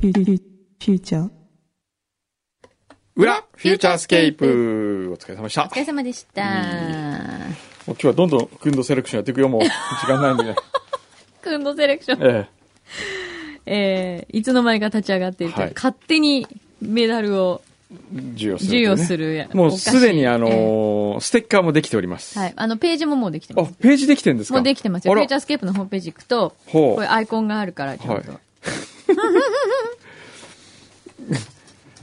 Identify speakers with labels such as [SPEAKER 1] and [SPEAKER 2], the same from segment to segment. [SPEAKER 1] future
[SPEAKER 2] 裏、フューチャースケープ。お疲れ様でした。も
[SPEAKER 3] お疲れ様でした。
[SPEAKER 2] う今日はどんどん、くんどセレクションやっていくよ、 もう。時間ないんでね。
[SPEAKER 3] くんのセレクション。
[SPEAKER 2] え
[SPEAKER 3] えー、いつの間にか立ち上がっていて、
[SPEAKER 2] はい
[SPEAKER 3] 勝手にメダルを
[SPEAKER 2] え授与する、
[SPEAKER 3] 授与す。るや、
[SPEAKER 2] もう
[SPEAKER 3] お菓子
[SPEAKER 2] すでに、あの
[SPEAKER 3] え
[SPEAKER 2] ーステッカーもできております。
[SPEAKER 3] ーはい。あの、ページももうできて
[SPEAKER 2] あ
[SPEAKER 3] ます。、
[SPEAKER 2] ページできてるんですか
[SPEAKER 3] もうできてますよ。
[SPEAKER 2] あ
[SPEAKER 3] フ
[SPEAKER 2] ら
[SPEAKER 3] ューチャースケープのホームページ行くと、
[SPEAKER 2] ほう
[SPEAKER 3] これアイコンがあるから、ちゃんと。
[SPEAKER 2] はい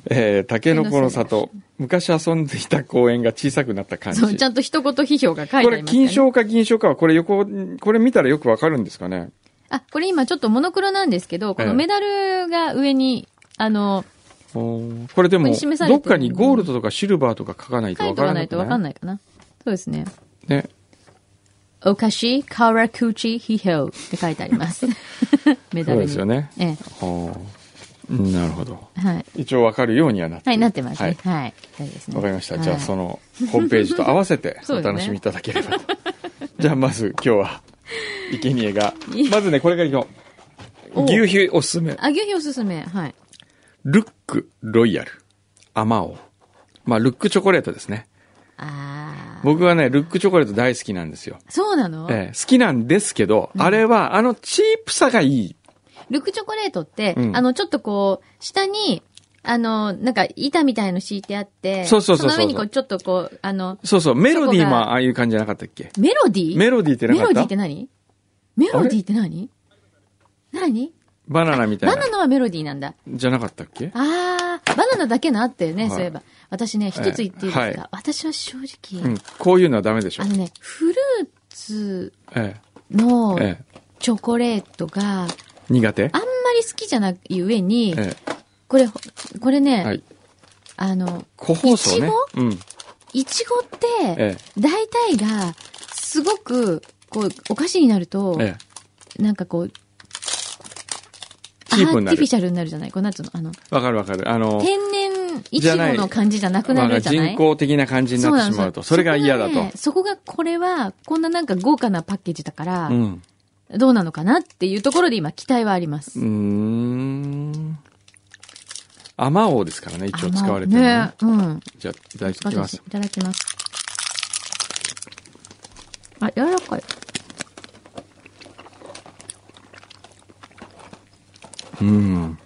[SPEAKER 2] えー、タケノコの里。昔遊んでいた公園が小さくなった感じ。
[SPEAKER 3] そう、ちゃんと一言批評が書
[SPEAKER 2] こ
[SPEAKER 3] いてあり
[SPEAKER 2] れ、
[SPEAKER 3] ます、ね。
[SPEAKER 2] 金賞か銀賞かは、これ横、これ見たらよくわかるんですかね。
[SPEAKER 3] あ、これ今ちょっとモノクロなんですけど、こ
[SPEAKER 2] ええ
[SPEAKER 3] のメダルが上に、あの、
[SPEAKER 2] おーこれでも、
[SPEAKER 3] ここに示されて
[SPEAKER 2] どっ
[SPEAKER 3] る
[SPEAKER 2] かにゴールドとかシルバーとか書かないと
[SPEAKER 3] 書い
[SPEAKER 2] わ
[SPEAKER 3] と
[SPEAKER 2] からな
[SPEAKER 3] かないいとわかん
[SPEAKER 2] い。
[SPEAKER 3] ないかな。そうですね。
[SPEAKER 2] ね。
[SPEAKER 3] お菓子、カラクチ、ヒヘオって書いてあ ります。メダ
[SPEAKER 2] そう
[SPEAKER 3] ル
[SPEAKER 2] で
[SPEAKER 3] に。
[SPEAKER 2] すよね。
[SPEAKER 3] え
[SPEAKER 2] ほううんなるほど。
[SPEAKER 3] え。はい。
[SPEAKER 2] 一応わかるようにはなってる
[SPEAKER 3] はい、なってます
[SPEAKER 2] は
[SPEAKER 3] ね
[SPEAKER 2] い。。
[SPEAKER 3] はい。大丈夫ですね。
[SPEAKER 2] わかりました。じゃあ、そ
[SPEAKER 3] の。
[SPEAKER 2] の、ホームページ
[SPEAKER 3] 、
[SPEAKER 2] と合わせて
[SPEAKER 3] そ
[SPEAKER 2] お
[SPEAKER 3] うですね
[SPEAKER 2] 楽しみいただければと。 じゃあ、まず今日は、生贄が、まずね、これから行こう。
[SPEAKER 3] お
[SPEAKER 2] 牛皮おすすめ。
[SPEAKER 3] あ、牛皮おすすめ。はい。
[SPEAKER 2] ルックロイヤル。アマオ。まあ、ルックチョコレートですね。
[SPEAKER 3] あー
[SPEAKER 2] 僕はね、ルックチョコレート大好きなんですよ。
[SPEAKER 3] そうなの
[SPEAKER 2] ええ好きなんですけど、あれは、あの、チープさがいい。
[SPEAKER 3] ルックチョコレートって、
[SPEAKER 2] うん
[SPEAKER 3] あの、ちょっとこう、下に、あの、なんか、板みたいの敷いてあって、
[SPEAKER 2] そうそうそうそう
[SPEAKER 3] その上にこう、ちょっとこう、あの、
[SPEAKER 2] そうそう、メロディー
[SPEAKER 3] そこ
[SPEAKER 2] も
[SPEAKER 3] が
[SPEAKER 2] ああいう感じじゃなかったっけ
[SPEAKER 3] メロディー
[SPEAKER 2] メロディーってな
[SPEAKER 3] メ
[SPEAKER 2] かった
[SPEAKER 3] ロディーって何メロディーって何何
[SPEAKER 2] バナナみたい
[SPEAKER 3] バ
[SPEAKER 2] な
[SPEAKER 3] ナ。ナはメロディーなんだ。
[SPEAKER 2] じゃなかったっけ
[SPEAKER 3] あー、バナナだけのあったよね、
[SPEAKER 2] はい
[SPEAKER 3] そういえば。私ね、一つ言っていいですか、
[SPEAKER 2] ええはい
[SPEAKER 3] 私は正直、
[SPEAKER 2] うん、こういうのはダメでしょ
[SPEAKER 3] あ。のね、フルーツ
[SPEAKER 2] え
[SPEAKER 3] の
[SPEAKER 2] え、ええ、
[SPEAKER 3] チョコレートが、
[SPEAKER 2] 苦手
[SPEAKER 3] あんまり好きじゃない上に、
[SPEAKER 2] え
[SPEAKER 3] これ、これ
[SPEAKER 2] え、
[SPEAKER 3] ね、
[SPEAKER 2] はい。
[SPEAKER 3] あの、
[SPEAKER 2] 個包装ね。
[SPEAKER 3] い
[SPEAKER 2] うん。
[SPEAKER 3] いちごって、
[SPEAKER 2] え
[SPEAKER 3] 大体が、すごく、こう、お菓子になると
[SPEAKER 2] え、、ええ。
[SPEAKER 3] なんかこう、ア
[SPEAKER 2] チープに
[SPEAKER 3] ー
[SPEAKER 2] な
[SPEAKER 3] ティ
[SPEAKER 2] る
[SPEAKER 3] フィ。シャルになるじゃないこうなんつうのあの、
[SPEAKER 2] わかるわかる。あの、
[SPEAKER 3] 天然いちごの感じじゃなくなるじゃない
[SPEAKER 2] 人工的な感じになってしまうと。それが嫌だ
[SPEAKER 3] そ
[SPEAKER 2] と
[SPEAKER 3] こが,、ね、。そこがこれは、こんななんか豪華なパッケージだから、
[SPEAKER 2] うん。
[SPEAKER 3] どうなのかなっていうところで今期待はあります。
[SPEAKER 2] うーん。アマオですからね、一応使われてるのね
[SPEAKER 3] ね。うん。
[SPEAKER 2] じゃあ、いただき
[SPEAKER 3] 使って
[SPEAKER 2] ま
[SPEAKER 3] ほしい
[SPEAKER 2] す。
[SPEAKER 3] いただきます。あ、柔らかい。
[SPEAKER 2] うん。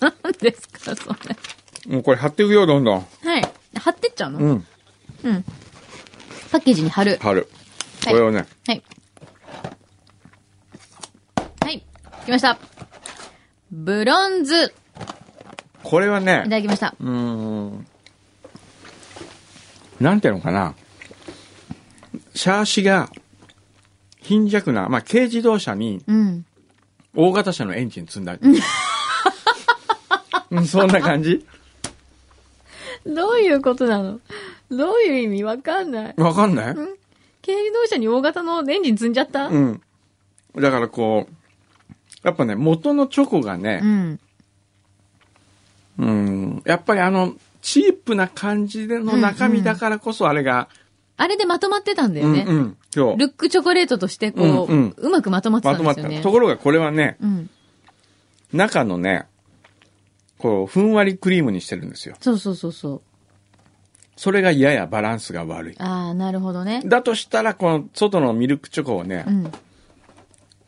[SPEAKER 3] 何ですか、それ。
[SPEAKER 2] もうこれ貼っていくよ、どんどん。
[SPEAKER 3] はい。貼ってっちゃうの、
[SPEAKER 2] うん。
[SPEAKER 3] パッケージに貼る。
[SPEAKER 2] 貼る。
[SPEAKER 3] は
[SPEAKER 2] こ
[SPEAKER 3] い
[SPEAKER 2] れをね、
[SPEAKER 3] はい。はい。来ました。ブロンズ。
[SPEAKER 2] これはいね
[SPEAKER 3] た、だきました。
[SPEAKER 2] うーん。なんていうのかな。シャーシが貧弱な、まあ、軽自動車に
[SPEAKER 3] うん。
[SPEAKER 2] 大型車のエンジン積んだ。 うんそんな感じ
[SPEAKER 3] どういうことなのどういう意味わかんない。
[SPEAKER 2] わかんない
[SPEAKER 3] 軽自動車に大型のエンジン積んじゃった
[SPEAKER 2] うん。だからこう、やっぱね、元のチョコが
[SPEAKER 3] う
[SPEAKER 2] ね、
[SPEAKER 3] ん。
[SPEAKER 2] うん、やっぱりあの、チープな感じでの中身だからこそあれが、
[SPEAKER 3] あれでまとまってたんだよね。
[SPEAKER 2] うんうん、今日、
[SPEAKER 3] ルックチョコレートとして、こう、
[SPEAKER 2] う
[SPEAKER 3] うん
[SPEAKER 2] うん
[SPEAKER 3] まくまとまって
[SPEAKER 2] ま
[SPEAKER 3] た
[SPEAKER 2] と
[SPEAKER 3] ん
[SPEAKER 2] ま
[SPEAKER 3] で
[SPEAKER 2] っ
[SPEAKER 3] すよ
[SPEAKER 2] た。
[SPEAKER 3] ね。
[SPEAKER 2] ところがこれはね、
[SPEAKER 3] うん。
[SPEAKER 2] 中のね、こう、ふんわりクリームにしてるんですよ。
[SPEAKER 3] そうそうそうそう。
[SPEAKER 2] それがややバランスが悪い。
[SPEAKER 3] ああ、なるほどね。
[SPEAKER 2] だとしたら、この外のミルクチョコをね
[SPEAKER 3] う、ん。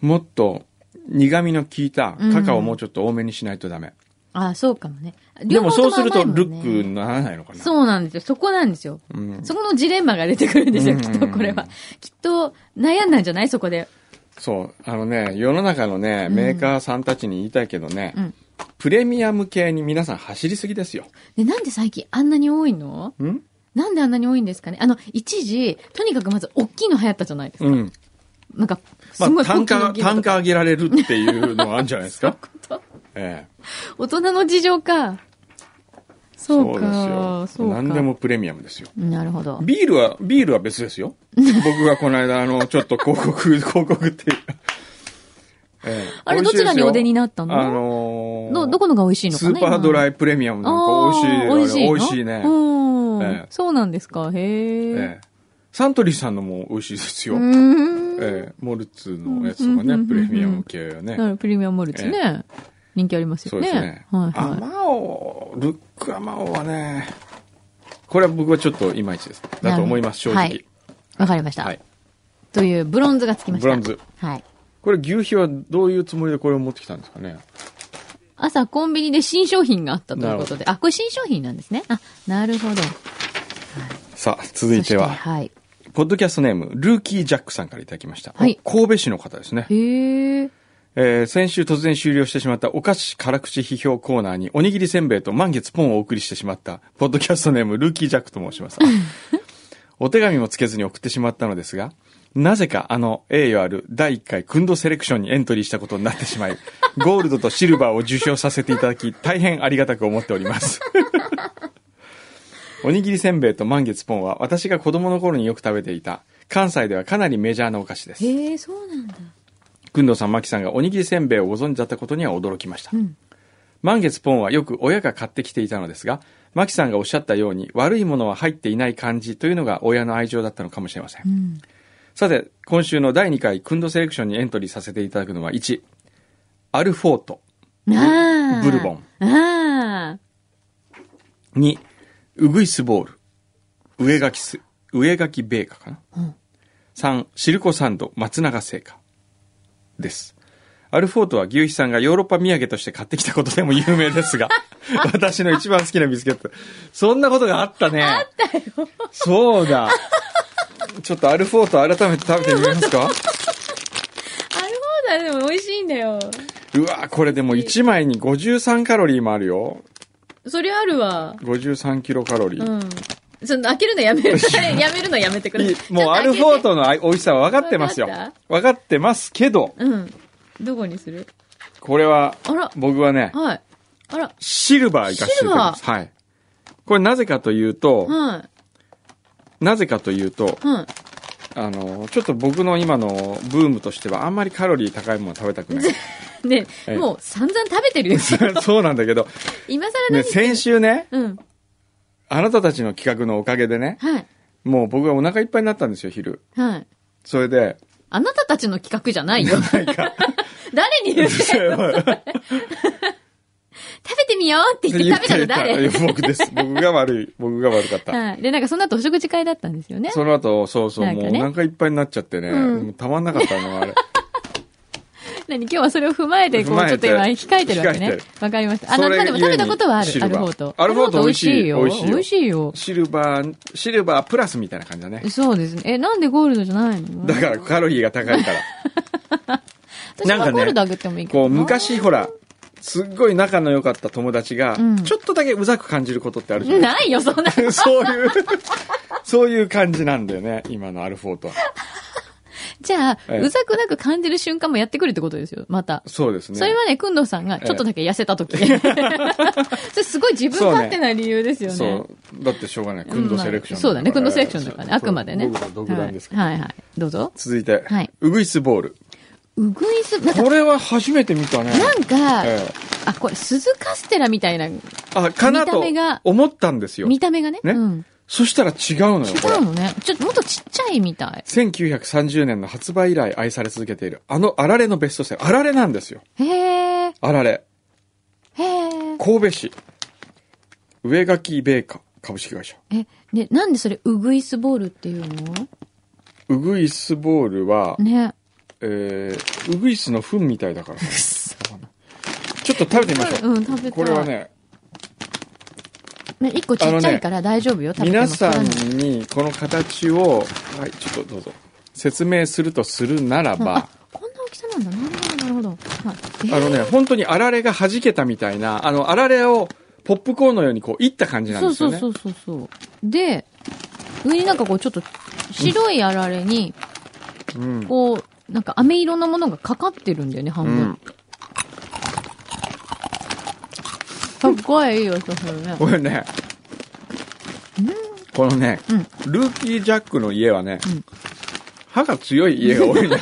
[SPEAKER 2] もっと苦味の効いた
[SPEAKER 3] うん
[SPEAKER 2] カカオをもうちょっと多めにしないとダメ。
[SPEAKER 3] ああ、そうかもね。
[SPEAKER 2] でもそうすると
[SPEAKER 3] 両方
[SPEAKER 2] ル
[SPEAKER 3] も甘いもんね
[SPEAKER 2] ックにならないのかな。
[SPEAKER 3] そうなんですよ。そこなんですよ。
[SPEAKER 2] うん
[SPEAKER 3] そこのジレンマが出てくるんですよ、
[SPEAKER 2] うん
[SPEAKER 3] きっとこれは。きっと悩んだんじゃないそこで。
[SPEAKER 2] そう。あのね、世の中のね、
[SPEAKER 3] うん
[SPEAKER 2] メーカーさんたちに言いたいけどね、
[SPEAKER 3] うん
[SPEAKER 2] プレミアム系に皆さん走りすぎですよ。
[SPEAKER 3] で、なんで最近あんなに多いの
[SPEAKER 2] ん
[SPEAKER 3] なんであんなに多いんですかねあの、一時、とにかくまず大きいの流行ったじゃないですか。
[SPEAKER 2] うん。
[SPEAKER 3] なんか、す
[SPEAKER 2] ま
[SPEAKER 3] ご
[SPEAKER 2] あ、
[SPEAKER 3] い
[SPEAKER 2] 単
[SPEAKER 3] 高級な
[SPEAKER 2] 価、
[SPEAKER 3] ギター
[SPEAKER 2] 単
[SPEAKER 3] とか
[SPEAKER 2] 価上げられるっていうのはあるんじゃない ですか
[SPEAKER 3] と
[SPEAKER 2] ええ。
[SPEAKER 3] 大人の事情か。そう
[SPEAKER 2] です
[SPEAKER 3] か。
[SPEAKER 2] よ。
[SPEAKER 3] そうか。
[SPEAKER 2] 何でもプレミアムですよ。
[SPEAKER 3] なるほど。
[SPEAKER 2] ビールは、ビールは別です よ。僕がこの間、あの、ちょっと広告、広告っていう。ええ
[SPEAKER 3] あれ
[SPEAKER 2] 美味しいですよ
[SPEAKER 3] どちらにお出になったの
[SPEAKER 2] あの
[SPEAKER 3] ど、どこのが美味しいの
[SPEAKER 2] ス
[SPEAKER 3] かね
[SPEAKER 2] ーパードライプレミアムなんか
[SPEAKER 3] あー
[SPEAKER 2] 美味しい。あれ
[SPEAKER 3] 美味しいの。
[SPEAKER 2] ね。
[SPEAKER 3] うん、
[SPEAKER 2] ええ
[SPEAKER 3] そうなんですか。へえ。
[SPEAKER 2] ええサントリーさんのも美味しいですよ
[SPEAKER 3] う。ーん。
[SPEAKER 2] ええモルツのやつとかね
[SPEAKER 3] う、ん
[SPEAKER 2] プレミアム系はね。
[SPEAKER 3] なるプレミアムモルツね、人気あります
[SPEAKER 2] そ
[SPEAKER 3] よ
[SPEAKER 2] うで
[SPEAKER 3] ね。
[SPEAKER 2] すね。
[SPEAKER 3] はい
[SPEAKER 2] ア
[SPEAKER 3] は
[SPEAKER 2] マオ、ルックアマオはね、これは僕はちょっといまいちです。だと思います、正
[SPEAKER 3] なる
[SPEAKER 2] 直。
[SPEAKER 3] い。わかりました、
[SPEAKER 2] はい。
[SPEAKER 3] というブロンズがつきました。
[SPEAKER 2] ブロンズ。
[SPEAKER 3] はい。
[SPEAKER 2] これ、牛皮はどういうつもりでこれを持ってきたんですかね。
[SPEAKER 3] 朝コンビニで新商品があったということで。あ、これ新商品なんですね。あ、なるほど。
[SPEAKER 2] さあ、続いて
[SPEAKER 3] そ
[SPEAKER 2] は
[SPEAKER 3] して、はい。
[SPEAKER 2] ポッドキャストネーム、ルーキージャックさんからいただきました。
[SPEAKER 3] はい
[SPEAKER 2] 神戸市の方ですね。
[SPEAKER 3] へえ。
[SPEAKER 2] えー先週突然終了してしまったお菓子辛口批評コーナーにおにぎりせんべいと満月ポンをお送りしてしまった、ポッドキャストネームルーキージャックと申します。お手紙もつけずに送ってしまったのですが、なぜかあの栄誉ある第1回くんどセレクションにエントリーしたことになってしまい、ゴールドとシルバーを受賞させていただき、大変ありがたく思っております。おにぎりせんべいと満月ポンは私が子供の頃によく食べていた、関西ではかなりメジャーなお菓子です。
[SPEAKER 3] へえ、そうなんだ。
[SPEAKER 2] くんどうさん、まきさんがおにぎりせんべいをご存知だったことには驚きました。
[SPEAKER 3] ん
[SPEAKER 2] 満月ポンはよく親が買ってきていたのですが、まきさんがおっしゃったように悪いものは入っていない感じというのが親の愛情だったのかもしれません。
[SPEAKER 3] うん。
[SPEAKER 2] さて、今週の第2回くんどセレクションにエントリーさせていただくのは1、アルフォート。
[SPEAKER 3] ああ。
[SPEAKER 2] ブルボン。
[SPEAKER 3] ああ。
[SPEAKER 2] 2、ウグイスボール。上垣す、上垣米菓かな。3、シルコサンド、松永製菓。です。アルフォートは牛皮さんがヨーロッパ土産として買ってきたことでも有名 ですが、私の一番好きなビスケット。そんなことがあったね。あったよ。そうだ。ちょっとアルフォート改めて食べてみます か
[SPEAKER 3] あれ放題でも美味しいんだよ。
[SPEAKER 2] うわこれでも1枚に53カロリーもあるよ。
[SPEAKER 3] そりゃあるわ。
[SPEAKER 2] 53キロカロリー。
[SPEAKER 3] うん。その、開けるの やめる。やめるのやめてくださ
[SPEAKER 2] い
[SPEAKER 3] い
[SPEAKER 2] い。もうアルフォートの 美味しさは分かってますよ
[SPEAKER 3] 分かっ。
[SPEAKER 2] 分かってますけど、
[SPEAKER 3] うん。どこにする
[SPEAKER 2] これは
[SPEAKER 3] あら、
[SPEAKER 2] 僕はね、
[SPEAKER 3] はい。あら、
[SPEAKER 2] シルバーいかしていただきます。はい。これなぜかというと、
[SPEAKER 3] は
[SPEAKER 2] なぜかというと
[SPEAKER 3] い、、はい。
[SPEAKER 2] あの、ちょっと僕の今のブームとしてはあんまりカロリー高いもの食べたく ない。
[SPEAKER 3] ね、
[SPEAKER 2] ええ
[SPEAKER 3] もう散々食べ てるよ。
[SPEAKER 2] そうなんだけど、
[SPEAKER 3] 今更何、
[SPEAKER 2] ね、先週ね、
[SPEAKER 3] うん。
[SPEAKER 2] あなたたちの企画のおかげでね、
[SPEAKER 3] はい。
[SPEAKER 2] もう僕がお腹いっぱいになったんですよ、昼。
[SPEAKER 3] はい。
[SPEAKER 2] それ で、
[SPEAKER 3] あなたたちの企画じゃないよ。 誰に言って食べてみようって言って食べたの
[SPEAKER 2] 言
[SPEAKER 3] 誰
[SPEAKER 2] ってたいや僕です。僕が悪い。僕が悪かった。
[SPEAKER 3] はい。で、なんかその後お食事会だったんですよね。
[SPEAKER 2] その後、そうそう、
[SPEAKER 3] なんか
[SPEAKER 2] もう
[SPEAKER 3] ね
[SPEAKER 2] お腹いっぱいになっちゃってね、
[SPEAKER 3] うん
[SPEAKER 2] もうたまんなかったの、あれ。
[SPEAKER 3] 何今日はそれを踏まえて、こ
[SPEAKER 2] 踏
[SPEAKER 3] う、
[SPEAKER 2] まえ
[SPEAKER 3] ち
[SPEAKER 2] て
[SPEAKER 3] ょっと今控えてるわけ
[SPEAKER 2] 控
[SPEAKER 3] ね
[SPEAKER 2] えてる。
[SPEAKER 3] わかりました。あ、
[SPEAKER 2] そ
[SPEAKER 3] な
[SPEAKER 2] れ
[SPEAKER 3] まあでも食べたことはある
[SPEAKER 2] ゆえ、に
[SPEAKER 3] アルフォート。
[SPEAKER 2] アルフォート美味しい
[SPEAKER 3] アルフォート美
[SPEAKER 2] 美
[SPEAKER 3] 味
[SPEAKER 2] 味
[SPEAKER 3] しいよ。
[SPEAKER 2] シルバー、シルバープラスみたいな感じだね
[SPEAKER 3] 美味しいよ。。そうですね。え、なんでゴールドじゃないの
[SPEAKER 2] だからカロリーが高いから。
[SPEAKER 3] 私
[SPEAKER 2] なんかね
[SPEAKER 3] はゴールドあげてもいいけど
[SPEAKER 2] こ
[SPEAKER 3] な
[SPEAKER 2] う、昔ほら、すっごい仲の良かった友達が、
[SPEAKER 3] ん
[SPEAKER 2] ちょっとだけうざく感じることってあるじゃない
[SPEAKER 3] ないよ、そんなの。
[SPEAKER 2] そういう、そういう感じなんだよね、今のアルフォートは。
[SPEAKER 3] じゃあ、
[SPEAKER 2] ええ
[SPEAKER 3] うざくなく感じる瞬間もやってくるってことですよ、また。
[SPEAKER 2] そうですね。
[SPEAKER 3] それはね、くんどうさんがちょっとだけ痩せた時 それすごい自分勝手な理由ですよね。
[SPEAKER 2] そう。だってしょうがない。くんどセレクション、
[SPEAKER 3] うんそうだね、くんどセレクションだからね、あくまでね。
[SPEAKER 2] 僕の独断ですから。
[SPEAKER 3] はい、はい、はい。どうぞ。
[SPEAKER 2] 続いて、
[SPEAKER 3] はい
[SPEAKER 2] ウグイスボール。
[SPEAKER 3] うぐいす、なんか、
[SPEAKER 2] これは初めて見たね。
[SPEAKER 3] なんか、
[SPEAKER 2] ええ
[SPEAKER 3] あ、これ、鈴カステラみたいな
[SPEAKER 2] あ、かなと
[SPEAKER 3] 見た目が
[SPEAKER 2] 思ったんですよ。
[SPEAKER 3] 見た目がね。
[SPEAKER 2] ね
[SPEAKER 3] うん。
[SPEAKER 2] そしたら違うのよ、
[SPEAKER 3] 違
[SPEAKER 2] これ
[SPEAKER 3] う。のね。ちょっともっとちっちゃいみたい。
[SPEAKER 2] 1930年の発売以来愛され続けている、あのあられのベストセラー。あられなんですよ。
[SPEAKER 3] へえ、
[SPEAKER 2] あられ。
[SPEAKER 3] へえ。
[SPEAKER 2] 神戸市。上垣米菓株式会社。
[SPEAKER 3] え、ね、なんでそれ、うぐいすボールっていうの
[SPEAKER 2] ウグイスボールは、
[SPEAKER 3] ね。
[SPEAKER 2] えー、ウグイスの糞みたいだから。ちょっと食べてみましょう。
[SPEAKER 3] うん、食べたい。
[SPEAKER 2] これはね、
[SPEAKER 3] ね、一個ちっちゃいから大丈夫よ、食べても
[SPEAKER 2] 皆さん
[SPEAKER 3] 太らない
[SPEAKER 2] にこの形を、はい、ちょっとどうぞ。説明するとするならば、
[SPEAKER 3] あ、こんな大きさなんだ。なるほど、なるほど。はいえー
[SPEAKER 2] あのね、本当にあられが弾けたみたいな、あの、あられをポップコーンのようにこう、いった感じなん
[SPEAKER 3] そう
[SPEAKER 2] ですよ
[SPEAKER 3] そう
[SPEAKER 2] ね。
[SPEAKER 3] そうそうそう。で、上になんかこう、ちょっと白いあられに、
[SPEAKER 2] うん。
[SPEAKER 3] こう、なんか飴色のものがかかってるんだよね、半
[SPEAKER 2] うん
[SPEAKER 3] 分。。すっごいいいよ、それね。
[SPEAKER 2] これね、このね、
[SPEAKER 3] うん
[SPEAKER 2] ルーキージャックの家はね、
[SPEAKER 3] ん
[SPEAKER 2] 歯が強い家が多いね。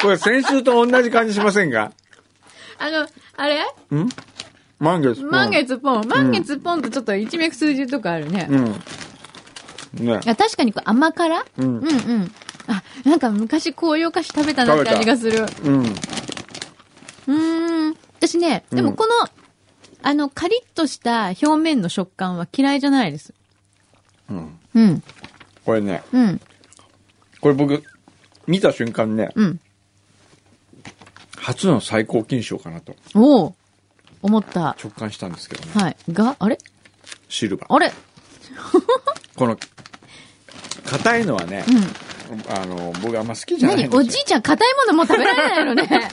[SPEAKER 2] これ先週と同じ感じしませんか
[SPEAKER 3] あの、あれ
[SPEAKER 2] 満月。
[SPEAKER 3] 満月ポン。満月ポンってちょっと一目数字とかあるね。
[SPEAKER 2] うん。うん。ね
[SPEAKER 3] い。や、確かにこう甘辛
[SPEAKER 2] うん
[SPEAKER 3] うんうん。あ、なんか昔紅葉菓子食べたなって
[SPEAKER 2] 食べた
[SPEAKER 3] 味がす
[SPEAKER 2] う
[SPEAKER 3] る。
[SPEAKER 2] ん。
[SPEAKER 3] うーん。私ね、でも
[SPEAKER 2] うん
[SPEAKER 3] この、あの、カリッとした表面の食感は嫌いじゃないです。
[SPEAKER 2] うん。
[SPEAKER 3] うん。
[SPEAKER 2] これね、
[SPEAKER 3] うん。
[SPEAKER 2] これ僕、見た瞬間ね、
[SPEAKER 3] うん。
[SPEAKER 2] 初の最高金賞かなと
[SPEAKER 3] おお思った。
[SPEAKER 2] 直感したんですけどね。
[SPEAKER 3] はい。が、あれ
[SPEAKER 2] シルバー。
[SPEAKER 3] あれ
[SPEAKER 2] この、硬いのはね、
[SPEAKER 3] うん。
[SPEAKER 2] あの、僕あんま好きじゃないん
[SPEAKER 3] 何
[SPEAKER 2] ですよ。
[SPEAKER 3] おじいちゃん硬いものもう食べられないの ね。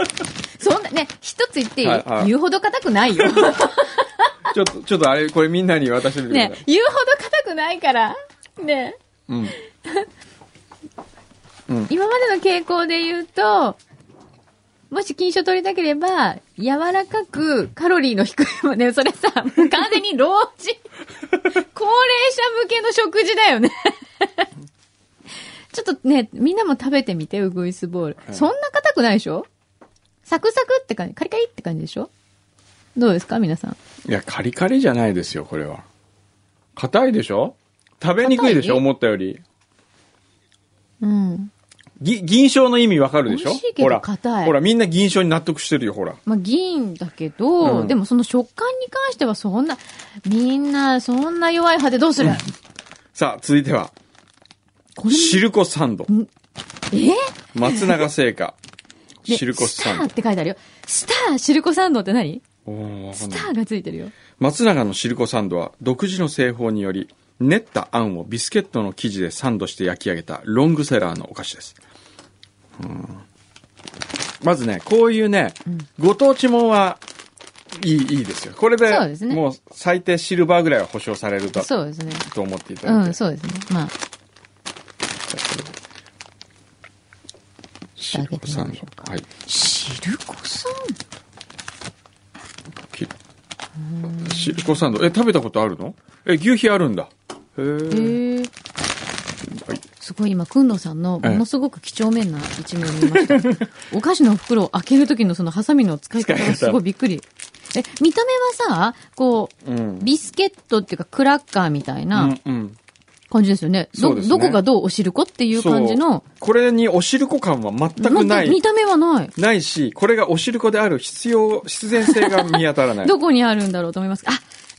[SPEAKER 3] そんな、ね、一つ言っていい、
[SPEAKER 2] はいはい
[SPEAKER 3] 言うほど硬くな いよ。
[SPEAKER 2] ちょっと、ちょっとあれ、これみんなに渡してみてくだ
[SPEAKER 3] ね
[SPEAKER 2] さい。
[SPEAKER 3] 言うほど硬くないから。ね
[SPEAKER 2] うん。
[SPEAKER 3] 今までの傾向で言うと、もし金賞取りたければ、柔らかくカロリーの低いもんね、それさ、もう完全に老人、高齢者向けの食事だよね。ちょっとね、みんなも食べてみて、ウグイスボール。
[SPEAKER 2] はい
[SPEAKER 3] そんな硬くないでしょサクサクって感じ、カリカリって感じでしょどうですか、皆さん。
[SPEAKER 2] いや、カリカリじゃないですよ、これは。硬いでしょ食べにくいでしょ
[SPEAKER 3] 硬い
[SPEAKER 2] 思ったより。
[SPEAKER 3] うん。
[SPEAKER 2] ぎ銀賞の意味わかるでしょ
[SPEAKER 3] 美味しいけど
[SPEAKER 2] ほら
[SPEAKER 3] 硬い
[SPEAKER 2] ほら、みんな銀賞に納得してるよ、ほら。
[SPEAKER 3] まあ、銀だけど、
[SPEAKER 2] うん
[SPEAKER 3] でもその食感に関してはそんな、みんな、そんな弱い派でどうする、
[SPEAKER 2] さあ、続いては、
[SPEAKER 3] これも
[SPEAKER 2] シルコサンド。
[SPEAKER 3] え
[SPEAKER 2] 松永製 菓。
[SPEAKER 3] で
[SPEAKER 2] シルコサ
[SPEAKER 3] スター
[SPEAKER 2] ン
[SPEAKER 3] って書いてあるよ。スター、シルコサンドって何
[SPEAKER 2] ド。おーわか
[SPEAKER 3] ス
[SPEAKER 2] ん
[SPEAKER 3] タ
[SPEAKER 2] ない
[SPEAKER 3] ーがついてるよ。
[SPEAKER 2] 松永のシルコサンドは独自の製法により練ったあんをビスケットの生地でサンドして焼き上げたロングセラーのお菓子ですうんまずねこういうね、ご当地もんはいいいいですよこれで
[SPEAKER 3] そうですね
[SPEAKER 2] もう最低シルバーぐらいは保証されると
[SPEAKER 3] そうですね。
[SPEAKER 2] と思っていた
[SPEAKER 3] う
[SPEAKER 2] だいて、
[SPEAKER 3] ん、そうですね。まあ、
[SPEAKER 2] シルコサン
[SPEAKER 3] いただいてみましょう
[SPEAKER 2] ド
[SPEAKER 3] か
[SPEAKER 2] はい
[SPEAKER 3] シルコサン
[SPEAKER 2] きシルコサンドえ食べたことあるのえ牛皮あるんだへえ
[SPEAKER 3] ドへえ。すごい今、くんどうさんのものすごく几帳面な一面を見ま した。お菓子の袋を開ける時のそのハサミの使い方
[SPEAKER 2] 使い
[SPEAKER 3] が
[SPEAKER 2] 方
[SPEAKER 3] すごいびっくり。え、見た目はさ、こ
[SPEAKER 2] う
[SPEAKER 3] う、
[SPEAKER 2] ん
[SPEAKER 3] ビスケットっていうかクラッカーみたいうなん
[SPEAKER 2] うん
[SPEAKER 3] 感じですよね。
[SPEAKER 2] そう
[SPEAKER 3] ど、
[SPEAKER 2] ですね
[SPEAKER 3] どこがどうおしるこっていう感じの
[SPEAKER 2] そ、うこれにおしるこ感は全くな
[SPEAKER 3] 本当見
[SPEAKER 2] い
[SPEAKER 3] た目はない。
[SPEAKER 2] ないしこれがおしるこである必要必然性が見当たらない
[SPEAKER 3] どこにあるんだろうと思います。あ、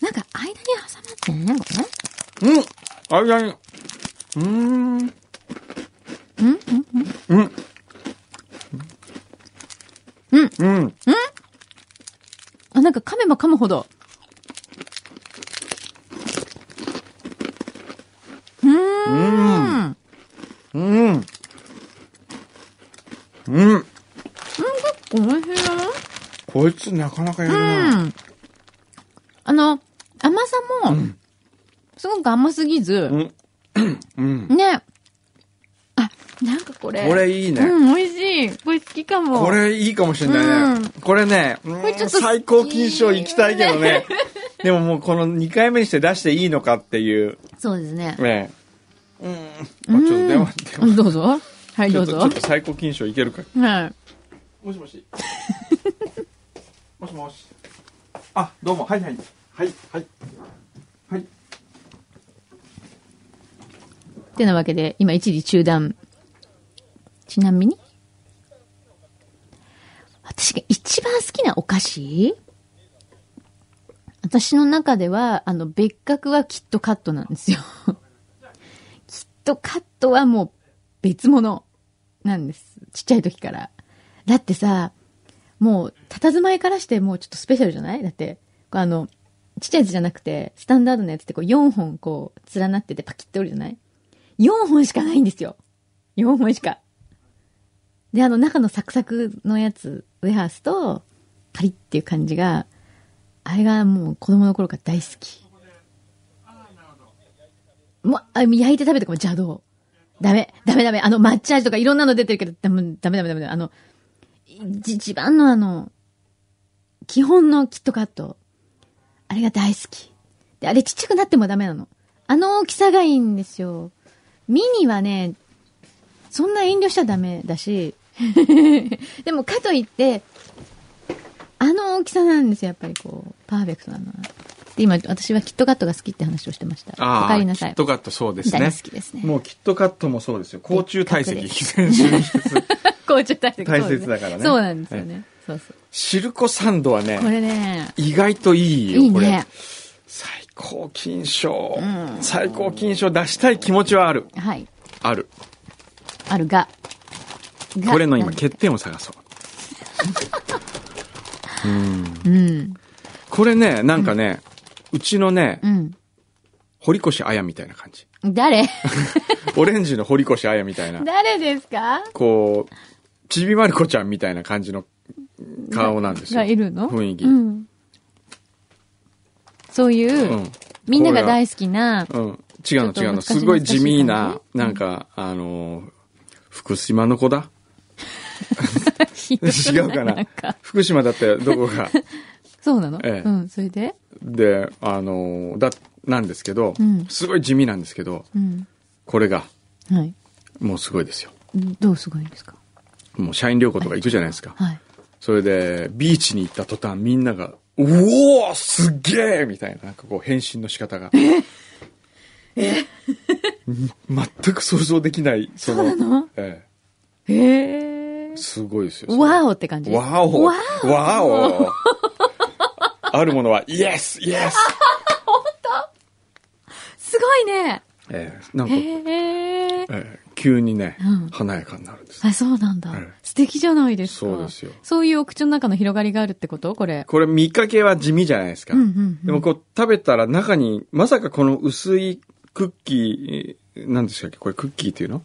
[SPEAKER 3] なんか間に挟まってないなんかね。
[SPEAKER 2] うんあいやいやうーんうんうん
[SPEAKER 3] うん
[SPEAKER 2] うん
[SPEAKER 3] あ、なんか噛めば噛むほど。うーん。
[SPEAKER 2] うんうん
[SPEAKER 3] 美味しいよ。
[SPEAKER 2] こいつなかなかやる
[SPEAKER 3] う
[SPEAKER 2] な、
[SPEAKER 3] ん。あの、甘さも、すごく甘すぎず、
[SPEAKER 2] うん、
[SPEAKER 3] ね。あ、なんかこれ。
[SPEAKER 2] これいいね、
[SPEAKER 3] うん、美味しい。これ好きかも。
[SPEAKER 2] これいいかもしれないね。これね、う
[SPEAKER 3] これちょ
[SPEAKER 2] ー
[SPEAKER 3] っ
[SPEAKER 2] ん
[SPEAKER 3] と好き
[SPEAKER 2] 最高金賞行きたいけどね。 でももうこの2回目にして出していいのかっていう。
[SPEAKER 3] そうですね。
[SPEAKER 2] ねえ。うん。あ、ちょっと電話、電話。
[SPEAKER 3] どうぞ。はい、
[SPEAKER 2] ち
[SPEAKER 3] ど
[SPEAKER 2] ょ
[SPEAKER 3] う
[SPEAKER 2] っとち
[SPEAKER 3] ぞ
[SPEAKER 2] ょっ。と最高金賞いける か。
[SPEAKER 3] はい。
[SPEAKER 2] もしもし。もしもし。あ、どうも。はいはい。はい、はい。はい。
[SPEAKER 3] ってなわけで、今一時中断。ちなみに私が一番好きなお菓子私の中では、あの、別格はキットカットなんですよ。 キットカットはもう別物なんです。ちっちゃい時から。だってさ、もう、佇まいからしてもうちょっとスペシャルじゃないだって、こうあの、ちっちゃいやつじゃなくて、スタンダードのやつってこう4本こう、連なっててパキッて折るじゃない4本しかないんですよ。4本しか。で、あの中のサクサクのやつ、ウェハースと、パリっていう感じが、あれがもう子供の頃から大好き。もう、あ焼いて食べても邪道。ダメ、ダメダメ。あの抹茶味とかいろんなの出てるけど、ダメダメダメダメ。あの、じ一番のあの、基本のキットカット。あれが大好き。で、あれちっちゃくなってもダメなの。あの大きさがいいんですよ。ミニはね、そん な遠慮しちゃダメだし、でもかといって、あの大きさなんですよ、やっぱりこう、パーフェクトなのは。で、今、私はキットカットが好きって話をしてました。
[SPEAKER 2] あ
[SPEAKER 3] お
[SPEAKER 2] あ、
[SPEAKER 3] かえ
[SPEAKER 2] キ
[SPEAKER 3] りなさい
[SPEAKER 2] ッ。トカットそうですね。
[SPEAKER 3] 大好きですね
[SPEAKER 2] もうキットカットもそうですよ。甲虫体
[SPEAKER 3] で
[SPEAKER 2] 積
[SPEAKER 3] っかくで
[SPEAKER 2] 依然収 集
[SPEAKER 3] 紅茶大切
[SPEAKER 2] 大切だからね
[SPEAKER 3] そうなんですよね。そうそう。
[SPEAKER 2] シルコサンドはね
[SPEAKER 3] こ、れね、
[SPEAKER 2] 意外といいよ、
[SPEAKER 3] いい
[SPEAKER 2] これ
[SPEAKER 3] ね。。
[SPEAKER 2] 最高金賞、最高金賞出したい気持ちはある。
[SPEAKER 3] はい。
[SPEAKER 2] ある。
[SPEAKER 3] あるが。が
[SPEAKER 2] これの今、
[SPEAKER 3] なん
[SPEAKER 2] 欠点を探そう。
[SPEAKER 3] うん。
[SPEAKER 2] これね、なんかね、うちのね、
[SPEAKER 3] うん。
[SPEAKER 2] 堀越綾みたいな感じ。
[SPEAKER 3] 誰
[SPEAKER 2] オレンジの堀越綾みたいな、
[SPEAKER 3] 誰ですか
[SPEAKER 2] こう、ちびまる子ちゃんみたいな感じの顔なんですよ。
[SPEAKER 3] がいるの
[SPEAKER 2] 雰囲気。
[SPEAKER 3] うん。そういう、
[SPEAKER 2] うん
[SPEAKER 3] みんなが大好きな、
[SPEAKER 2] うん。違うの
[SPEAKER 3] ちょっと
[SPEAKER 2] 違うの。
[SPEAKER 3] 難しい
[SPEAKER 2] すごい地味
[SPEAKER 3] 難しい
[SPEAKER 2] な
[SPEAKER 3] 感、
[SPEAKER 2] なんか、あのー、福島の子 だ
[SPEAKER 3] ひどい
[SPEAKER 2] 違うかな
[SPEAKER 3] なんか、
[SPEAKER 2] 福島だったよ、どこか。
[SPEAKER 3] そうなの、
[SPEAKER 2] ええ
[SPEAKER 3] うん、それで
[SPEAKER 2] で、あのー、だ、なんですけど、
[SPEAKER 3] うん
[SPEAKER 2] すごい地味なんですけど、
[SPEAKER 3] うん。
[SPEAKER 2] これが、
[SPEAKER 3] はい。
[SPEAKER 2] もうすごいですよ。
[SPEAKER 3] どうすごいんですか
[SPEAKER 2] もう社員旅行とか行くじゃないですか。
[SPEAKER 3] はい。
[SPEAKER 2] それで、ビーチに行った途端、みんなが、うおーすっげえみたいな、なんかこう、返信の仕方が。え全く想像できない、その、
[SPEAKER 3] そうなの
[SPEAKER 2] え
[SPEAKER 3] へえ
[SPEAKER 2] え、。すごいですよ。
[SPEAKER 3] わおって感じです。
[SPEAKER 2] わお
[SPEAKER 3] わお
[SPEAKER 2] わおあるものは、イエスイエス
[SPEAKER 3] すごいね
[SPEAKER 2] ええなんか、え
[SPEAKER 3] へえ。
[SPEAKER 2] え急にね、
[SPEAKER 3] うん
[SPEAKER 2] 華やかになるんです。
[SPEAKER 3] あ、そうなんだ
[SPEAKER 2] ええ。
[SPEAKER 3] 素敵じゃないですか。
[SPEAKER 2] そうですよ
[SPEAKER 3] そういうお口の中の広がりがあるってことこれ。
[SPEAKER 2] これ見かけは地味じゃないですか。
[SPEAKER 3] うんうんうん
[SPEAKER 2] でもこう食べたら中に、まさかこの薄いクッキー、何でしたっけこれクッキーっていうの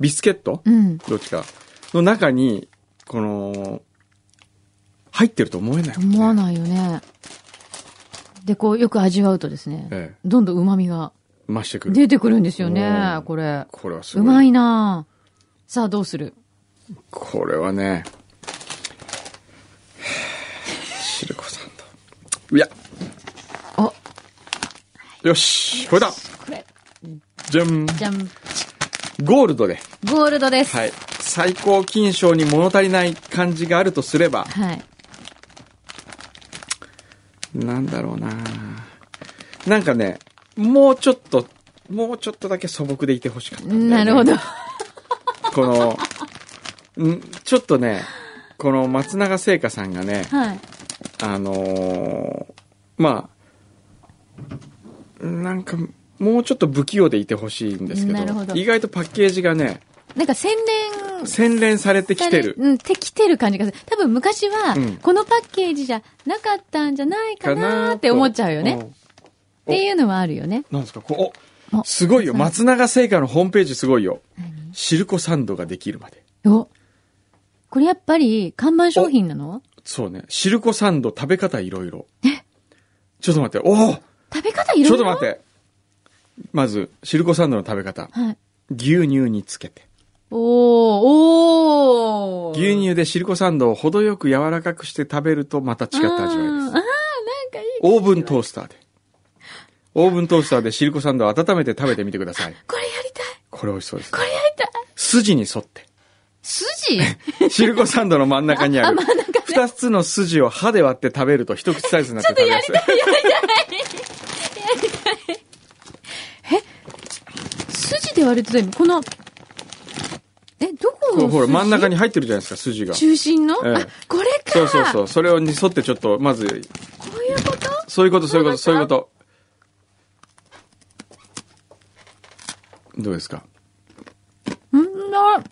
[SPEAKER 2] ビスケット、
[SPEAKER 3] うん。
[SPEAKER 2] どっちか。の中に、この、入ってると思えない、
[SPEAKER 3] 思わ
[SPEAKER 2] い。
[SPEAKER 3] ないよね。で、こう、よく味わうとですね、
[SPEAKER 2] え
[SPEAKER 3] どんどん旨味が
[SPEAKER 2] 増してくる。
[SPEAKER 3] 出てくるんですよね
[SPEAKER 2] うん、
[SPEAKER 3] これ。
[SPEAKER 2] これはすごい。
[SPEAKER 3] うまいなぁさあ、どうする
[SPEAKER 2] これはね、シルコさんと。いや、
[SPEAKER 3] お、こ
[SPEAKER 2] よし、これだ
[SPEAKER 3] れ、
[SPEAKER 2] じゃん
[SPEAKER 3] じゃん。
[SPEAKER 2] ゴールドで。
[SPEAKER 3] ゴールドです。
[SPEAKER 2] はい。最高金賞に物足りない感じがあるとすれば、
[SPEAKER 3] はい。
[SPEAKER 2] なんだろうななんかね、もうちょっと、もうちょっとだけ素朴でいてほしかったんだよね、
[SPEAKER 3] なるほど。
[SPEAKER 2] この、んちょっとね、この松永製菓さんがね、
[SPEAKER 3] はい。
[SPEAKER 2] あのーまあ、なんか、もうちょっと不器用でいてほしいんですけ
[SPEAKER 3] なる
[SPEAKER 2] ど
[SPEAKER 3] ほど
[SPEAKER 2] 意外とパッケージがね、
[SPEAKER 3] なんか洗練
[SPEAKER 2] 洗練されてきてる。
[SPEAKER 3] うん、てきてる感じがする。多分昔は
[SPEAKER 2] うん、
[SPEAKER 3] このパッケージじゃなかったんじゃないかなーって思っちゃうよね。っ
[SPEAKER 2] ん。
[SPEAKER 3] ていうのはあるよね。
[SPEAKER 2] なんですかこうお
[SPEAKER 3] お
[SPEAKER 2] すごいよ。松永製菓のホームページすごいよ。
[SPEAKER 3] 何
[SPEAKER 2] シルコサンドができるまで。
[SPEAKER 3] おこれやっぱり看板商品なの
[SPEAKER 2] そうね。シルコサンド食べ方いろいろ。えちょっと待って。おお
[SPEAKER 3] 食べ方いろいろ
[SPEAKER 2] ちょっと待って。まず、シルコサンドの食べ方。
[SPEAKER 3] はい。
[SPEAKER 2] 牛乳につけて。
[SPEAKER 3] おー、おー。
[SPEAKER 2] 牛乳でシルコサンドを程よく柔らかくして食べるとまた違った味わいです。
[SPEAKER 3] あーあー、なんかいい。
[SPEAKER 2] オーブントースターで。オーブントースターでシルコサンドを温めて食べてみてください。
[SPEAKER 3] これやりたい。
[SPEAKER 2] これ美味しそうです
[SPEAKER 3] こ。れやりたい。
[SPEAKER 2] 筋に沿って。
[SPEAKER 3] 筋
[SPEAKER 2] シルコサンドの真ん中にある。二つの筋を歯で割って食べると一口サイズになって食べやすい。
[SPEAKER 3] 筋で割ると全部、この、え、どこ
[SPEAKER 2] こう
[SPEAKER 3] の
[SPEAKER 2] ほら、
[SPEAKER 3] 筋
[SPEAKER 2] 真ん中に入ってるじゃないですか、筋が。
[SPEAKER 3] 中心の、
[SPEAKER 2] ええ
[SPEAKER 3] あ、これか。
[SPEAKER 2] そうそうそう。それに沿ってちょっと、まず、
[SPEAKER 3] こういうこと
[SPEAKER 2] そういうこと、そういうこと、そういうこと。どうですか
[SPEAKER 3] うんだ。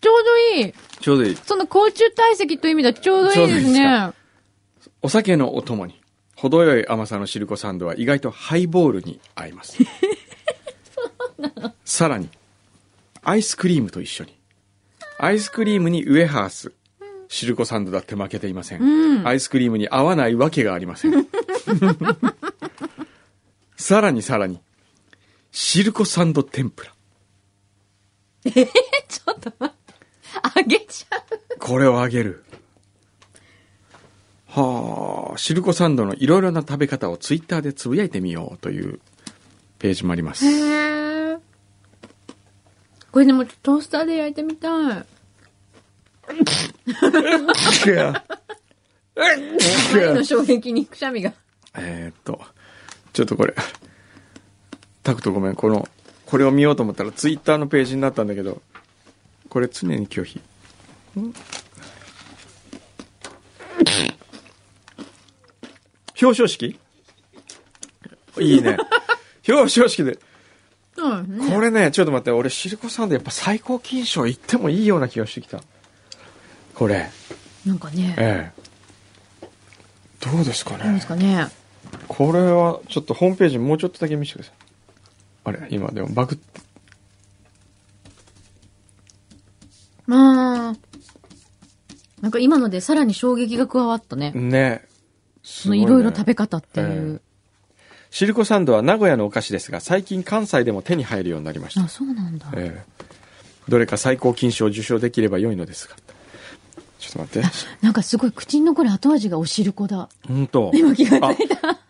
[SPEAKER 3] ちょうどいい。
[SPEAKER 2] ちょうどいい。
[SPEAKER 3] その甲虫体積という意味ではちょうどいいです
[SPEAKER 2] ちょう
[SPEAKER 3] ね。
[SPEAKER 2] お酒のお供に、程よい甘さのシルコサンドは意外とハイボールに合い ます。さらに、アイスクリームと一緒に。アイスクリームにウエハース。シルコサンドだって負けていません。
[SPEAKER 3] うん
[SPEAKER 2] アイスクリームに合わないわけがありませ ん。さらにさらに、シルコサンド天ぷら。
[SPEAKER 3] え、ちょっと待って。あげちゃう。
[SPEAKER 2] これをあげる。はあ、シルコサンドのいろいろな食べ方をツイッターでつぶやいてみようというページもあります。
[SPEAKER 3] へこれでもトースターで焼いてみたい。
[SPEAKER 2] いや
[SPEAKER 3] 前の衝撃にくしゃみが。
[SPEAKER 2] えーっと、ちょっとこれ、タクトごめん、この、これを見ようと思ったらツイッターのページになったんだけど、これ常に拒否。ん表彰式いいね。表彰式で。
[SPEAKER 3] そうですね。
[SPEAKER 2] これね、ちょっと待って、俺、シルコサンドやっぱ最高金賞行ってもいいような気がしてきた。これ、
[SPEAKER 3] なんかね。
[SPEAKER 2] ええ。どうですか
[SPEAKER 3] どうで
[SPEAKER 2] ね
[SPEAKER 3] す。かね。
[SPEAKER 2] これは、ちょっとホームページもうちょっとだけ見せてください。あれ、今でもバグって、
[SPEAKER 3] まあ。なんか今のでさらに衝撃が加わったね。
[SPEAKER 2] ね。す
[SPEAKER 3] そ
[SPEAKER 2] ご
[SPEAKER 3] のい
[SPEAKER 2] ね
[SPEAKER 3] ろいろ食べ方っていう。
[SPEAKER 2] シルコサンドは名古屋のお菓子ですが、最近関西でも手に入るようになりました
[SPEAKER 3] あ、。そうなんだ。
[SPEAKER 2] ええ。どれか最高金賞を受賞できれば良いのですが。ちょっと待 って。
[SPEAKER 3] なんかすごい口に残る後味がお汁粉だ。
[SPEAKER 2] うんと。
[SPEAKER 3] 今気がついた。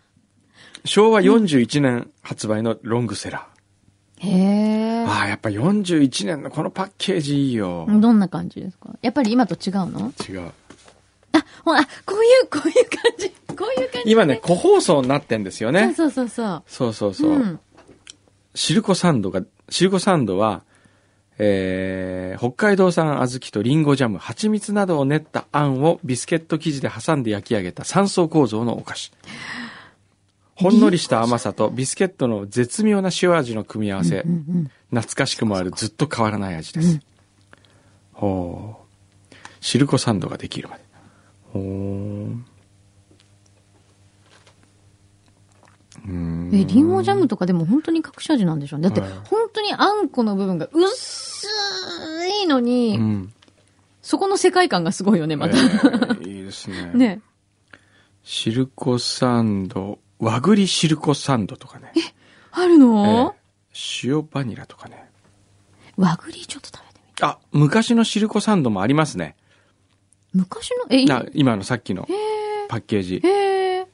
[SPEAKER 2] 昭和41年発売のロングセラー。
[SPEAKER 3] へえ。
[SPEAKER 2] ああ、やっぱ41年のこのパッケージいいよ。
[SPEAKER 3] どんな感じですかやっぱり今と違うの
[SPEAKER 2] 違う。
[SPEAKER 3] あ、ほら、あこういう、こういう感じ。こういう感じ。
[SPEAKER 2] 今ね、個包装になってんですよね。
[SPEAKER 3] そうそうそう
[SPEAKER 2] そうそう
[SPEAKER 3] そ
[SPEAKER 2] そ
[SPEAKER 3] う。
[SPEAKER 2] う。
[SPEAKER 3] うん。
[SPEAKER 2] シルコサンドが、シルコサンドは、えー、北海道産小豆とリンゴジャム、蜂蜜などを練ったあんをビスケット生地で挟んで焼き上げた三層構造のお菓子。ほんのりした甘さとビスケットの絶妙な塩味の組み合わせ。
[SPEAKER 3] うんうん
[SPEAKER 2] 懐かしくもあるずっと変わらない味です。ほう。シルコサンドができるまで。ほーうーん。
[SPEAKER 3] え、リンゴジャムとかでも本当に隠し味なんでしょうね。だって、
[SPEAKER 2] はい
[SPEAKER 3] 本当にあんこの部分が薄いのに、
[SPEAKER 2] うん。
[SPEAKER 3] そこの世界観がすごいよね、また。
[SPEAKER 2] えーいいですね。
[SPEAKER 3] ね。
[SPEAKER 2] シルコサンド、和栗シルコサンドとかね。
[SPEAKER 3] あるの、
[SPEAKER 2] えー塩バニラとかね。
[SPEAKER 3] 和栗ちょっと食べてみて。
[SPEAKER 2] あ、昔のシルコサンドもありますね。
[SPEAKER 3] 昔の、え、いい
[SPEAKER 2] な今のさっきのパッケージ。
[SPEAKER 3] へえ。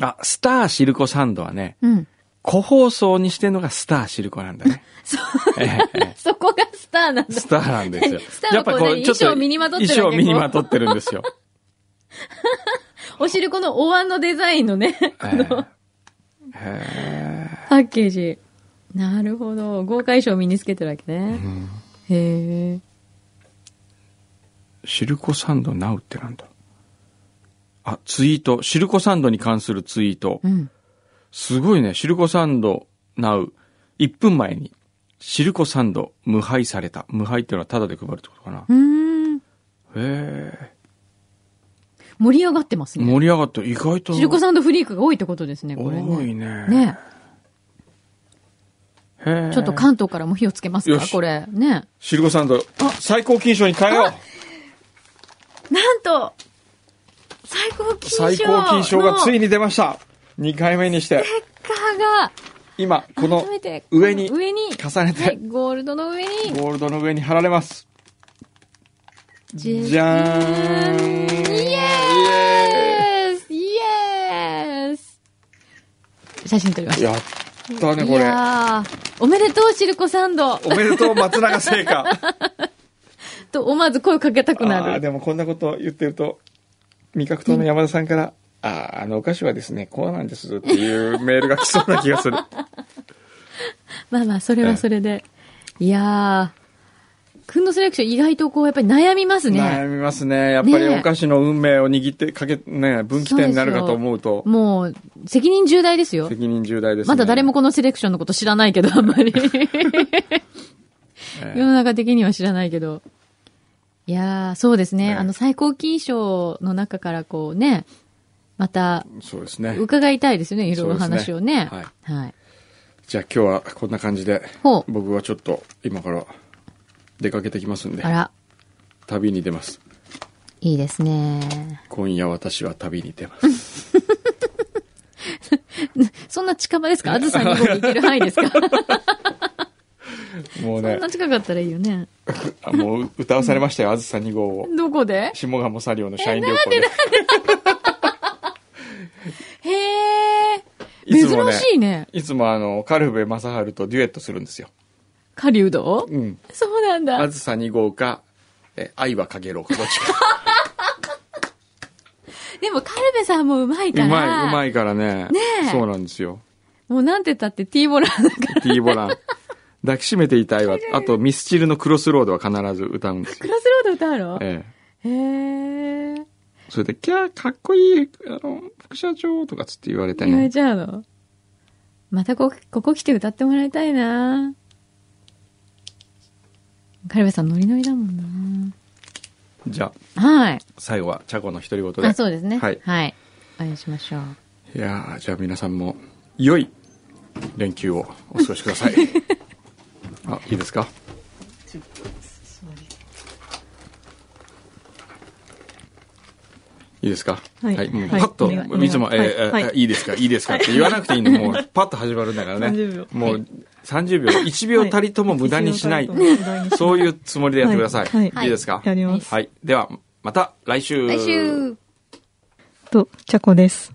[SPEAKER 2] あ、スターシルコサンドはね、
[SPEAKER 3] うん。
[SPEAKER 2] 個包装にしてんのがスターシルコなんだ ね。ええええ
[SPEAKER 3] そこがスターなんだ。
[SPEAKER 2] スターなんですよ
[SPEAKER 3] スターはこう何衣装を身にまとってるわ
[SPEAKER 2] 衣
[SPEAKER 3] け
[SPEAKER 2] 装を身にまとってるんですよ。
[SPEAKER 3] お汁粉のお椀のデザインのね、こ
[SPEAKER 2] え
[SPEAKER 3] の
[SPEAKER 2] えへえ
[SPEAKER 3] パッケージ。なるほど。豪華衣装を身につけてるわけね。へえ。
[SPEAKER 2] シルコサンドナウってなんだあ、ツイート。シルコサンドに関するツイート。
[SPEAKER 3] うん。
[SPEAKER 2] すごいね。シルコサンドナウ。1分前に、シルコサンド無配された。無配っていうのはタダで配るってことかな。
[SPEAKER 3] うーん。
[SPEAKER 2] へえ。
[SPEAKER 3] 盛り上がってますね。
[SPEAKER 2] 盛り上がって意外と。
[SPEAKER 3] シルコサンドフリークが多いってことですね、これね。
[SPEAKER 2] 多いね。
[SPEAKER 3] ね。
[SPEAKER 2] へえ
[SPEAKER 3] ちょっと関東からも火をつけます
[SPEAKER 2] よ
[SPEAKER 3] か、
[SPEAKER 2] し
[SPEAKER 3] これ。ね。
[SPEAKER 2] シルコサンド、最高金賞に変えよう
[SPEAKER 3] なんと、最高金賞
[SPEAKER 2] 最高金賞がついに出ました。2回目にして、
[SPEAKER 3] 結果
[SPEAKER 2] 今、この
[SPEAKER 3] が、改めて、
[SPEAKER 2] 上に
[SPEAKER 3] この上に、
[SPEAKER 2] 重ね
[SPEAKER 3] はい
[SPEAKER 2] て、
[SPEAKER 3] ゴールドの上に、
[SPEAKER 2] ゴールドの上に貼られます。
[SPEAKER 3] じ
[SPEAKER 2] じゃーん。
[SPEAKER 3] イ
[SPEAKER 2] エ
[SPEAKER 3] エースイエース写真撮りま
[SPEAKER 2] ーイ
[SPEAKER 3] し
[SPEAKER 2] やった
[SPEAKER 3] た。
[SPEAKER 2] ね、これ。
[SPEAKER 3] やーおめでとう、シルコサンド
[SPEAKER 2] おめでとう、松永製菓。あ
[SPEAKER 3] と思わず声をかけたくな
[SPEAKER 2] ー
[SPEAKER 3] る。
[SPEAKER 2] でもこんなこと言ってると、味覚糖の山田さんから、あーあのお菓子はですね、こうなんですっていうメールが来そうな気が する。
[SPEAKER 3] まあまあ、それはそれで。いやー、くんのセレクション意外とこう、やっぱり悩みますね。
[SPEAKER 2] 悩みますね。やっぱり
[SPEAKER 3] ね
[SPEAKER 2] お菓子の運命を握って、かけ、ね、分岐点になるかと思うと、
[SPEAKER 3] もう、責任重大ですよ。
[SPEAKER 2] 責任重大ですね。
[SPEAKER 3] まだ誰もこのセレクションのこと知らないけど、あんま り。
[SPEAKER 2] えー
[SPEAKER 3] 世の中的には知らないけど。いやー、そうですね。
[SPEAKER 2] ね
[SPEAKER 3] あの、最高金賞の中からこうね、また
[SPEAKER 2] そうですね。
[SPEAKER 3] 伺いたいですよね、いろいろお
[SPEAKER 2] そうですね
[SPEAKER 3] 話をね。
[SPEAKER 2] はい
[SPEAKER 3] はい。
[SPEAKER 2] じゃあ今日はこんな感じで、
[SPEAKER 3] ほう
[SPEAKER 2] 僕はちょっと今から出かけてきますんで
[SPEAKER 3] あ、ら、
[SPEAKER 2] 旅に出ます。
[SPEAKER 3] いいですね。
[SPEAKER 2] 今夜私は旅に出ます。
[SPEAKER 3] そんな近場ですかあずさんに行ける範囲ですか
[SPEAKER 2] もう
[SPEAKER 3] そ
[SPEAKER 2] ね
[SPEAKER 3] んな、近かったらいいよね。
[SPEAKER 2] あもう歌わされましたよ、あずさ2号を。
[SPEAKER 3] どこで
[SPEAKER 2] 下鴨サリオの社員旅行で。
[SPEAKER 3] へえ。
[SPEAKER 2] いつも
[SPEAKER 3] 珍
[SPEAKER 2] ね
[SPEAKER 3] しいね。
[SPEAKER 2] いつもあの、カルフェ正治とデュエットするんですよ。
[SPEAKER 3] 狩人
[SPEAKER 2] うん。
[SPEAKER 3] そうなんだ
[SPEAKER 2] あ。ずさ2号か、え愛はかげろうか、どっちか。
[SPEAKER 3] でも、カルベさんもうまいか ら。
[SPEAKER 2] うまい、うまいからね。
[SPEAKER 3] ねえ
[SPEAKER 2] そうなんですよ。
[SPEAKER 3] もうなんて言ったって T ボ ランだから。
[SPEAKER 2] T ボ ラン。抱きしめていたいは、あとミスチルのクロスロードは必ず歌うんです
[SPEAKER 3] ク
[SPEAKER 2] よ。
[SPEAKER 3] ロスロード歌うの
[SPEAKER 2] ええ。
[SPEAKER 3] へえ。
[SPEAKER 2] それで、キャー、かっこいい、あの、副社長とかつって言われて
[SPEAKER 3] 言われ
[SPEAKER 2] ね。
[SPEAKER 3] ちゃうのまたここ、ここ来て歌ってもらいたいなカルベさんノリノリだもん
[SPEAKER 2] じゃあ、
[SPEAKER 3] なはい。
[SPEAKER 2] 最後は、チャコの独り言で。
[SPEAKER 3] あ、そうですね。
[SPEAKER 2] はい。
[SPEAKER 3] はい。お会いしましょう。
[SPEAKER 2] いやーじゃあ皆さんも、良い連休をお過ごしく ださい。あ、いいですかいいですか
[SPEAKER 1] はい
[SPEAKER 2] もうパ
[SPEAKER 1] はい
[SPEAKER 2] ッと、
[SPEAKER 1] お願い
[SPEAKER 2] いつも、
[SPEAKER 1] お
[SPEAKER 2] え
[SPEAKER 1] 願い
[SPEAKER 2] ーえー
[SPEAKER 1] はい
[SPEAKER 2] えーいいです かいいですかって言わなくていいの、もう、パッと始まるんだから
[SPEAKER 1] 30
[SPEAKER 2] ね
[SPEAKER 1] 秒。
[SPEAKER 2] もう、30秒、1秒たりとも無駄にしない
[SPEAKER 1] は、一応大丈夫
[SPEAKER 2] そういうつもりでやってくだ
[SPEAKER 1] は
[SPEAKER 2] さ
[SPEAKER 1] い
[SPEAKER 2] い。
[SPEAKER 1] はい
[SPEAKER 2] いいですか
[SPEAKER 1] やります。
[SPEAKER 2] はい。では、また来週。
[SPEAKER 3] 来週
[SPEAKER 1] と、チャコです。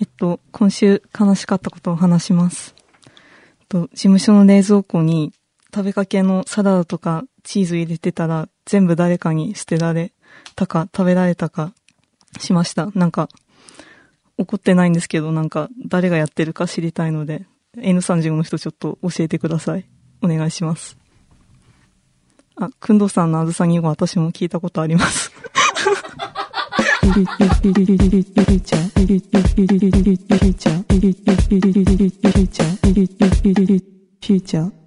[SPEAKER 1] えっと、今週悲しかったことを話します。えっと、事務所の冷蔵庫に食べかけのサラダとかチーズ入れてたら全部誰かに捨てられたか食べられたかしました。なんか、怒ってないんですけど、なんか誰がやってるか知りたいので、N35 の人ちょっと教えてください。お願いします。あ、くんどさんのあずさに号私も聞いたことあります。Future.